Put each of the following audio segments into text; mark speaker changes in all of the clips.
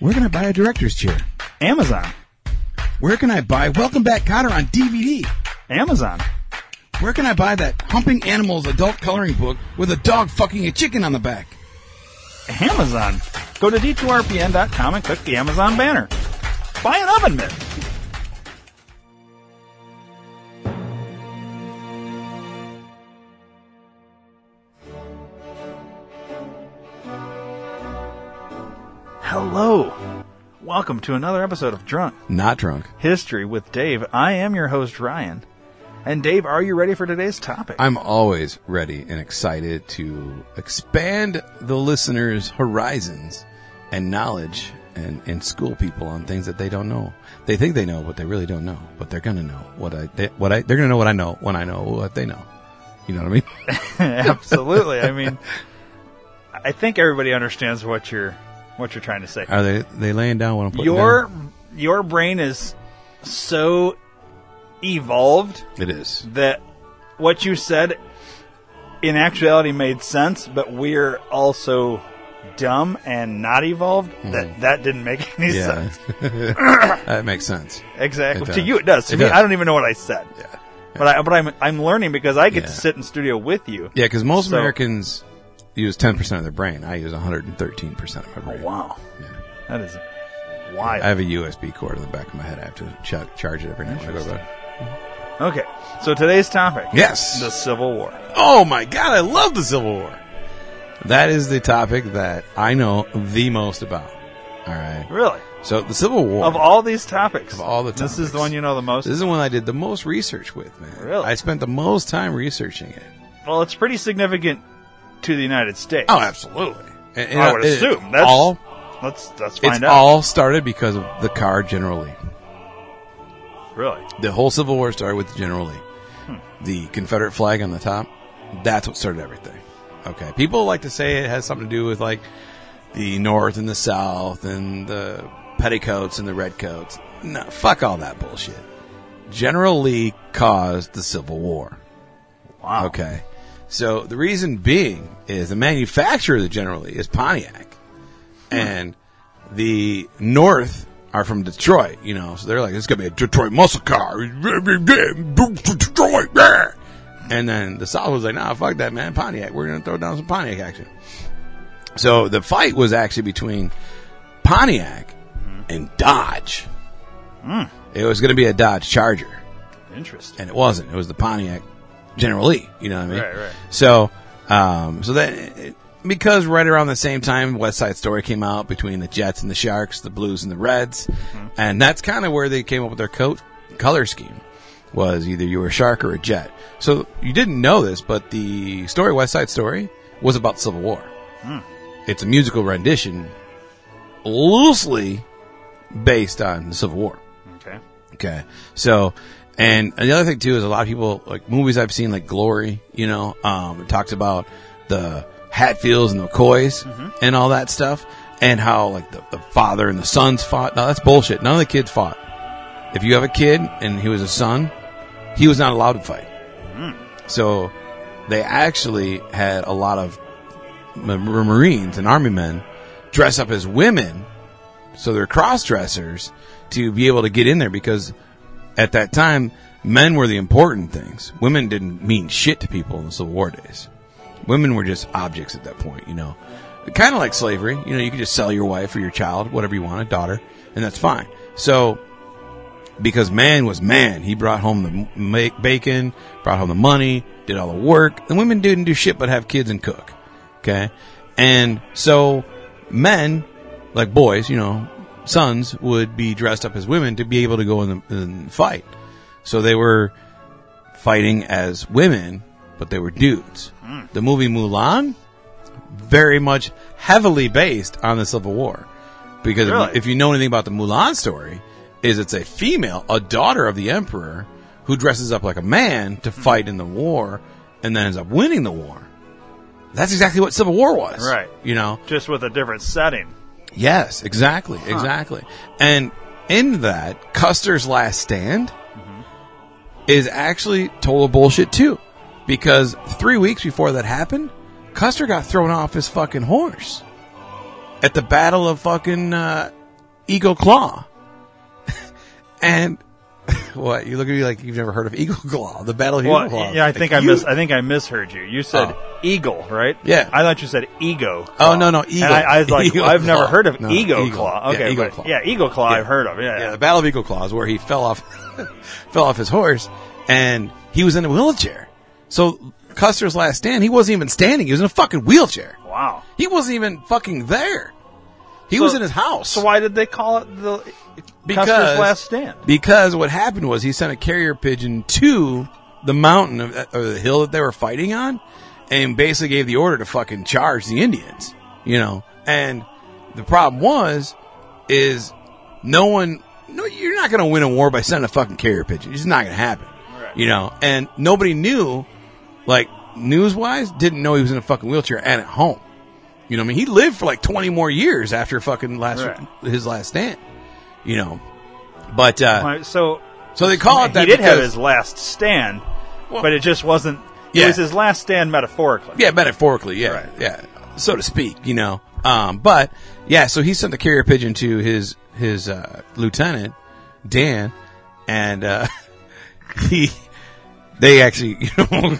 Speaker 1: Where can I buy a director's chair?
Speaker 2: Amazon.
Speaker 1: Where can I buy Welcome Back Cotter on DVD?
Speaker 2: Amazon.
Speaker 1: Where can I buy that Humping Animals adult coloring book with a dog fucking a chicken on the back?
Speaker 2: Amazon. Go to d2rpn.com and click the Amazon banner. Buy an oven mitt. Hello. Welcome to another episode of Drunk
Speaker 1: Not drunk.
Speaker 2: History with Dave. I am your host, Ryan. And Dave, are you ready for today's topic?
Speaker 1: I'm always ready and excited to expand the listeners' horizons and knowledge and, and school people on things that they don't know. They think they know, but they really don't know. But they're gonna know what I they, what I they're gonna know what I know when I know what they know. You know what I mean?
Speaker 2: Absolutely. I mean, I think everybody understands what you're what you're trying to say.
Speaker 1: Are they they laying down what I'm putting
Speaker 2: Your your brain is so evolved
Speaker 1: down? It is.
Speaker 2: that what you said in actuality made sense, but we're also dumb and not evolved. That that didn't make any
Speaker 1: Mm-hmm. Yeah,
Speaker 2: sense.
Speaker 1: that makes sense.
Speaker 2: Exactly.
Speaker 1: It
Speaker 2: to
Speaker 1: does.
Speaker 2: you, it does. To
Speaker 1: It
Speaker 2: me,
Speaker 1: does.
Speaker 2: I don't even know what I said.
Speaker 1: Yeah.
Speaker 2: But I but I'm I'm learning because I get to
Speaker 1: Yeah.
Speaker 2: sit in studio with you.
Speaker 1: Yeah, because most
Speaker 2: So-
Speaker 1: Americans use 10% of their brain. I use 113% of my brain.
Speaker 2: Wow. That is wild.
Speaker 1: I have a USB cord in the back of my head. I have to ch- charge it every night when I go to bed.
Speaker 2: Okay, so today's topic.
Speaker 1: Yes.
Speaker 2: The Civil War.
Speaker 1: Oh my God, I love the Civil War. That is the topic that I know the most about. All right.
Speaker 2: Really?
Speaker 1: So the Civil War.
Speaker 2: Of all these topics. Of
Speaker 1: all the
Speaker 2: This is
Speaker 1: topics.
Speaker 2: the one you know the most.
Speaker 1: this is the one I did the most research with, man.
Speaker 2: Really?
Speaker 1: I spent the most time researching it.
Speaker 2: well, it's pretty significant to the United States.
Speaker 1: Oh, absolutely. And, and
Speaker 2: Oh, I would
Speaker 1: it-
Speaker 2: assume. That's,
Speaker 1: all
Speaker 2: let's, let's
Speaker 1: it's
Speaker 2: find out.
Speaker 1: all started because of the car General Lee.
Speaker 2: really?
Speaker 1: The whole Civil War started with the General Lee. The Confederate flag on the top, that's what started everything. Okay. People like to say it has something to do with like the North and the South and the petticoats and the redcoats. No, fuck all that bullshit. General Lee caused the Civil War.
Speaker 2: Wow.
Speaker 1: Okay. So the reason being is the manufacturer of the General Lee is Pontiac. And the North are from Detroit, you know, so they're like, it's going to be a Detroit muscle car. Detroit. yeah." And then the South was like, nah, fuck that, man. Pontiac. We're going to throw down some Pontiac action. So the fight was actually between Pontiac and Dodge. It was going to be a Dodge Charger
Speaker 2: Interesting.
Speaker 1: and it wasn't. It was the Pontiac General Lee. You know what I mean?
Speaker 2: Right, right.
Speaker 1: So, um, so that because right around the same time West Side Story came out between the Jets and the Sharks, the Blues and the Reds,
Speaker 2: Mm-hmm.
Speaker 1: and that's kind of where they came up with their coat color scheme. Was either you were a shark or a jet. So you didn't know this, but the story West Side Story was about Civil War.
Speaker 2: Hmm.
Speaker 1: It's a musical rendition, loosely based on the Civil War.
Speaker 2: Okay.
Speaker 1: Okay. So, and another thing too is a lot of people like movies I've seen like Glory, you know, um, it talks about the Hatfields and the McCoys and all that stuff and how like the, the father and the sons fought. No, that's bullshit. None of the kids fought. If you have a kid and he was a son, he was not allowed to fight. So they actually had a lot of ma- Marines and Army men dress up as women so they're cross dressers to be able to get in there because at that time men were the important things. Women didn't mean shit to people in the Civil War days. Women were just objects at that point, you know. Kind of like slavery, you know, you could just sell your wife or your child, whatever you want, a daughter, and that's fine. So because man was man, he brought home the m- ma- bacon, brought home the money, did all the work. The women didn't do shit but have kids and cook. Okay. And so men, like boys, you know, sons would be dressed up as women to be able to go in the, in the fight. So they were fighting as women, but they were dudes. The movie Mulan, very much heavily based on the Civil War. Because if-
Speaker 2: Really?
Speaker 1: if you know anything about the Mulan story, is it's a female, a daughter of the emperor, who dresses up like a man to fight in the war and then ends up winning the war. That's exactly what Civil War was.
Speaker 2: Right.
Speaker 1: You know?
Speaker 2: Just with a different setting.
Speaker 1: Yes, exactly, exactly. And in that, Custer's last stand
Speaker 2: Mm-hmm.
Speaker 1: is actually total bullshit too, because three weeks before that happened, Custer got thrown off his fucking horse at the Battle of fucking uh, Eagle Claw. and what? You look at me like you've never heard of Eagle Claw, the Battle of Eagle
Speaker 2: Well,
Speaker 1: Claw.
Speaker 2: yeah, I think I
Speaker 1: You- Oh.
Speaker 2: mis- I think I misheard you. You said eagle, right?
Speaker 1: Yeah.
Speaker 2: I thought you said ego.
Speaker 1: Oh,
Speaker 2: claw.
Speaker 1: no, no,
Speaker 2: And
Speaker 1: eagle.
Speaker 2: I, I was like,
Speaker 1: Eagle
Speaker 2: I've never
Speaker 1: claw.
Speaker 2: heard of
Speaker 1: No,
Speaker 2: ego,
Speaker 1: eagle.
Speaker 2: claw.
Speaker 1: Yeah,
Speaker 2: Okay,
Speaker 1: eagle
Speaker 2: but-
Speaker 1: claw.
Speaker 2: yeah, eagle claw. I've heard of. Yeah,
Speaker 1: Yeah, the Battle of Eagle Claw is where he fell off, fell off his horse, and he was in a wheelchair. So Custer's last stand, he wasn't even standing. He was in a fucking wheelchair.
Speaker 2: Wow.
Speaker 1: He wasn't even fucking there. He was in his house.
Speaker 2: So why did they call it the
Speaker 1: because
Speaker 2: Custer's Last Stand?
Speaker 1: Because what happened was he sent a carrier pigeon to the mountain of, uh, or the hill that they were fighting on, and basically gave the order to fucking charge the Indians. You know, and the problem was is no one. No, you're not going to win a war by sending a fucking carrier pigeon. It's just not going to happen.
Speaker 2: Right.
Speaker 1: You know, and nobody knew, like news wise, didn't know he was in a fucking wheelchair and at home. You know, what I mean, he lived for like 20 more years after fucking last
Speaker 2: Right.
Speaker 1: his last stand. You know, but uh,
Speaker 2: Why- So
Speaker 1: so they call it that.
Speaker 2: he did have
Speaker 1: because-
Speaker 2: his last stand,
Speaker 1: Well-
Speaker 2: but it just wasn't.
Speaker 1: Yeah.
Speaker 2: It was his last stand metaphorically.
Speaker 1: yeah, metaphorically, yeah,
Speaker 2: Right.
Speaker 1: yeah, so to speak, you know. Um, but yeah, so he sent the carrier pigeon to his his uh, lieutenant Dan, and uh, he they actually you know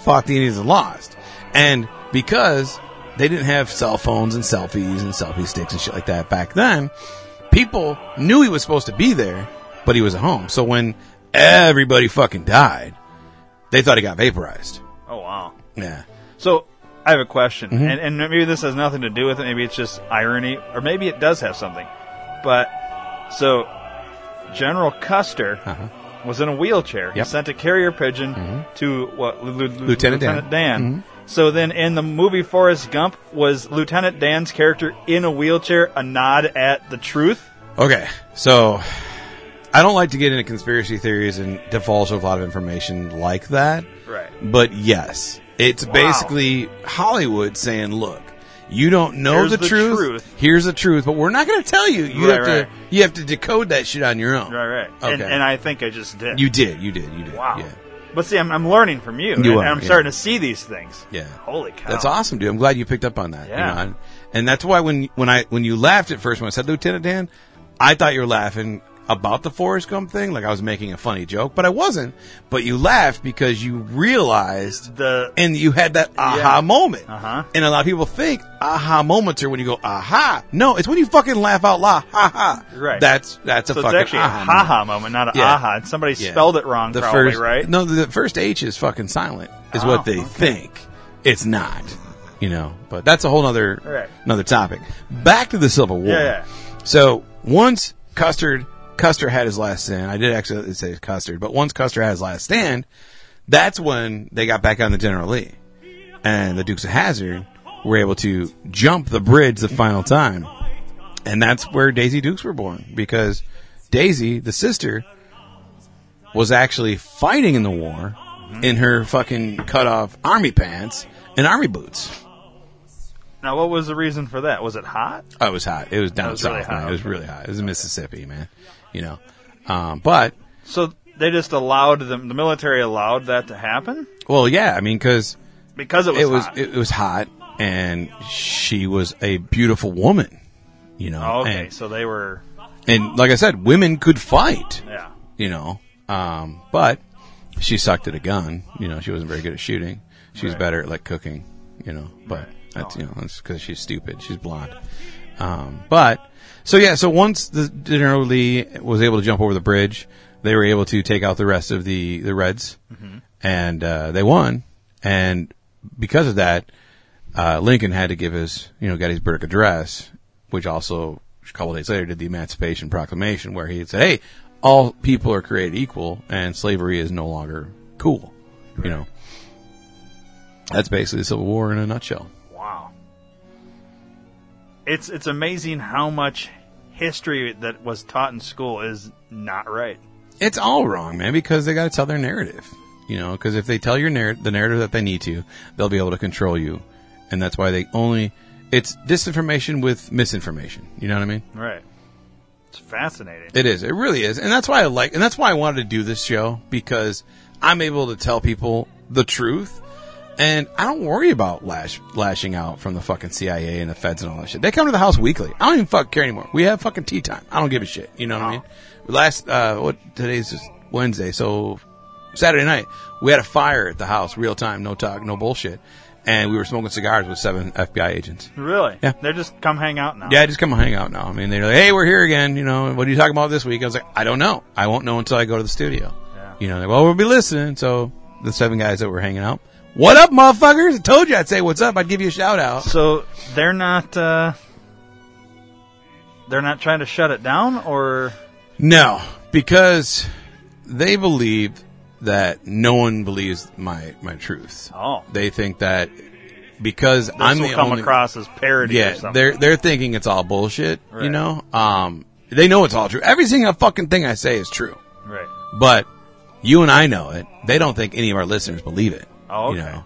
Speaker 1: fought the Indians and lost, and because they didn't have cell phones and selfies and selfie sticks and shit like that back then, people knew he was supposed to be there, but he was at home. So when everybody fucking died, they thought he got vaporized.
Speaker 2: Oh wow.
Speaker 1: Yeah.
Speaker 2: So I have a question,
Speaker 1: Mm-hmm.
Speaker 2: and, and maybe this has nothing to do with it. Maybe it's just irony, or maybe it does have something. But so General Custer was in a wheelchair. He
Speaker 1: Uh-huh. Yep. Mm-hmm.
Speaker 2: sent a carrier pigeon to what Lu- Lu- Lu-
Speaker 1: Lieutenant Dan. Mm-hmm.
Speaker 2: So then, in the movie Forrest Gump, was Lieutenant Dan's character in a wheelchair a nod at the truth?
Speaker 1: Okay, so I don't like to get into conspiracy theories and divulge a lot of information like that.
Speaker 2: Right.
Speaker 1: But yes, it's basically Hollywood saying, "Look, you don't know
Speaker 2: Here's
Speaker 1: the,
Speaker 2: the
Speaker 1: truth.
Speaker 2: truth.
Speaker 1: Here's the truth, but we're not going to tell you. You
Speaker 2: Right,
Speaker 1: have to
Speaker 2: right.
Speaker 1: you have to decode that shit on your own."
Speaker 2: Right, right. And,
Speaker 1: Okay.
Speaker 2: and I think I just did.
Speaker 1: you did. You did. You did.
Speaker 2: wow.
Speaker 1: Yeah.
Speaker 2: But see, I'm, I'm learning from you, and,
Speaker 1: You are,
Speaker 2: and I'm
Speaker 1: yeah.
Speaker 2: starting to see these things.
Speaker 1: Yeah.
Speaker 2: Holy cow!
Speaker 1: That's awesome, dude. I'm glad you picked up on that. you
Speaker 2: Yeah.
Speaker 1: know, and, and that's why when when I when you laughed at first when I said Lieutenant Dan, I thought you were laughing about the Forrest Gump thing, like I was making a funny joke, but I wasn't. But you laughed because you realized
Speaker 2: The
Speaker 1: and you had that aha
Speaker 2: Yeah.
Speaker 1: moment.
Speaker 2: Uh-huh.
Speaker 1: And a lot of people think aha moments are when you go aha. No, it's when you fucking laugh out loud. Ha ha.
Speaker 2: Right.
Speaker 1: That's that's a
Speaker 2: So it's
Speaker 1: fucking
Speaker 2: actually a
Speaker 1: aha
Speaker 2: ha
Speaker 1: moment.
Speaker 2: ha moment, not a
Speaker 1: Yeah.
Speaker 2: aha. And somebody
Speaker 1: Yeah.
Speaker 2: spelled it wrong,
Speaker 1: The
Speaker 2: probably,
Speaker 1: first,
Speaker 2: right?
Speaker 1: No, the first H is fucking silent, is
Speaker 2: Oh,
Speaker 1: what they
Speaker 2: okay.
Speaker 1: think. It's not, you know. But that's a whole other
Speaker 2: Right.
Speaker 1: another topic. Back to the Civil War.
Speaker 2: Yeah, yeah.
Speaker 1: So once Custard Custer had his last stand, I did actually say Custard, but once Custer had his last stand, that's when they got back on the General Lee, and the Dukes of Hazard were able to jump the bridge the final time, and that's where Daisy Dukes were born because Daisy, the sister, was actually fighting in the war in her fucking cut off army pants and army boots.
Speaker 2: Now, what was the reason for that? Was it hot?
Speaker 1: Oh, it was hot. It was down
Speaker 2: was
Speaker 1: south,
Speaker 2: really
Speaker 1: man.
Speaker 2: hot.
Speaker 1: It was really hot. It was in Mississippi, man. You know, um, but
Speaker 2: So they just allowed them, the military allowed that to happen
Speaker 1: well, yeah. I mean, because
Speaker 2: because it was,
Speaker 1: it was
Speaker 2: hot.
Speaker 1: it, was hot, and she was a beautiful woman. You know,
Speaker 2: Oh, okay,
Speaker 1: and,
Speaker 2: so they were,
Speaker 1: and like I said, women could fight.
Speaker 2: yeah.
Speaker 1: You know, um, but she sucked at a gun. You know, she wasn't very good at shooting. She was
Speaker 2: Right.
Speaker 1: better at like cooking. You know, but that's you know that's because she's stupid. She's blonde. Um, but so yeah, so once the General Lee was able to jump over the bridge, they were able to take out the rest of the the Reds, and uh, they won. And because of that, uh, Lincoln had to give his you know Gettysburg Address, which also a couple days later did the Emancipation Proclamation, where he said, "Hey, all people are created equal, and slavery is no longer cool." You know, that's basically the Civil War in a nutshell.
Speaker 2: Wow. It's, it's amazing how much history that was taught in school is not right.
Speaker 1: it's all wrong, man, because they got to tell their narrative. You know, because if they tell your narr- the narrative that they need to, they'll be able to control you, and that's why they only it's disinformation with misinformation. You know what I mean?
Speaker 2: Right. It's fascinating.
Speaker 1: It is. It really is, and that's why I like, and that's why I wanted to do this show because I'm able to tell people the truth, And I don't worry about lash, lashing out from the fucking CIA and the feds and all that shit. They come to the house weekly. I don't even fuck care anymore. We have fucking tea time. I don't give a shit. You know what I mean? Last, uh, what, today's just Wednesday. So Saturday night, we had a fire at the house, real time, no talk, no bullshit. And we were smoking cigars with seven FBI agents.
Speaker 2: Really?
Speaker 1: Yeah.
Speaker 2: They just come hang out now.
Speaker 1: Yeah, I just come hang out now. I mean, they're like, hey, we're here again. You know, what are you talking about this week? I was like, I don't know. I won't know until I go to the studio.
Speaker 2: Yeah.
Speaker 1: You know, they're like, well, we'll be listening. So the seven guys that were hanging out, what up, motherfuckers? I told you I'd say what's up. I'd give you a shout out.
Speaker 2: So they're not uh, they're not trying to shut it down, or
Speaker 1: No, because they believe that no one believes my my truth.
Speaker 2: Oh.
Speaker 1: They think that because I'm
Speaker 2: this
Speaker 1: the
Speaker 2: will come
Speaker 1: only
Speaker 2: across as parody or
Speaker 1: yeah,
Speaker 2: something.
Speaker 1: they're they're thinking it's all bullshit. You
Speaker 2: Right.
Speaker 1: know, um, they know it's all true. Every single fucking thing I say is true.
Speaker 2: right.
Speaker 1: But you and I know it. They don't think any of our listeners believe it.
Speaker 2: Oh, okay.
Speaker 1: You know?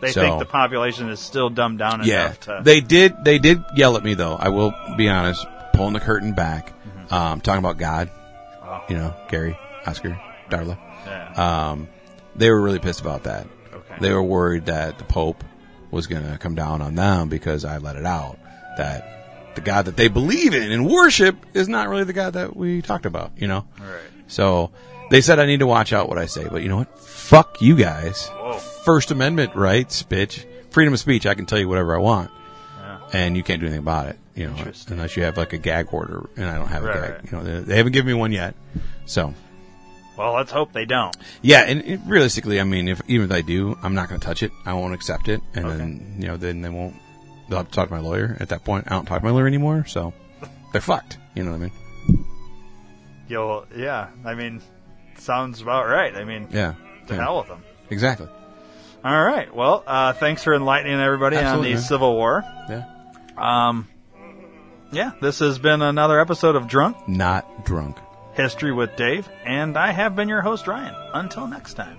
Speaker 2: They
Speaker 1: so-
Speaker 2: think the population is still dumbed down
Speaker 1: Yeah.
Speaker 2: enough to.
Speaker 1: They did. They did yell at me though. I will be honest. Pulling the curtain back, um, talking about God.
Speaker 2: Mm-hmm. Oh.
Speaker 1: You know, Gary, Oscar, Darla.
Speaker 2: yeah.
Speaker 1: Um, they were really pissed about that.
Speaker 2: Okay.
Speaker 1: They were worried that the Pope was going to come down on them because I let it out that the God that they believe in and worship is not really the God that we talked about. You know.
Speaker 2: right.
Speaker 1: So they said I need to watch out what I say, but you know what? Fuck you guys.
Speaker 2: Whoa.
Speaker 1: First Amendment rights, bitch. Freedom of speech. I can tell you whatever I want,
Speaker 2: Yeah.
Speaker 1: and you can't do anything about it. You know,
Speaker 2: Interesting.
Speaker 1: unless you have like a gag order, and I don't have
Speaker 2: Right,
Speaker 1: a gag.
Speaker 2: right.
Speaker 1: You know, they, they haven't given me one yet. So
Speaker 2: Well, let's hope they don't.
Speaker 1: yeah, and it- realistically, I mean, if even if I do, I'm not going to touch it. I won't accept it, and then you know, then they won't. They'll have to talk to my lawyer. At that point, I don't talk to my lawyer anymore, so they're fucked. You know what I mean?
Speaker 2: You'll. Yeah. I mean, sounds about right. I mean,
Speaker 1: Yeah.
Speaker 2: to
Speaker 1: Yeah.
Speaker 2: hell with them.
Speaker 1: Exactly.
Speaker 2: All right. Well, uh, thanks for enlightening everybody
Speaker 1: Absolutely,
Speaker 2: on the
Speaker 1: man.
Speaker 2: Civil War.
Speaker 1: Yeah.
Speaker 2: Um, yeah, this has been another episode of Drunk
Speaker 1: Not drunk.
Speaker 2: History with Dave, and I have been your host, Ryan. Until next time.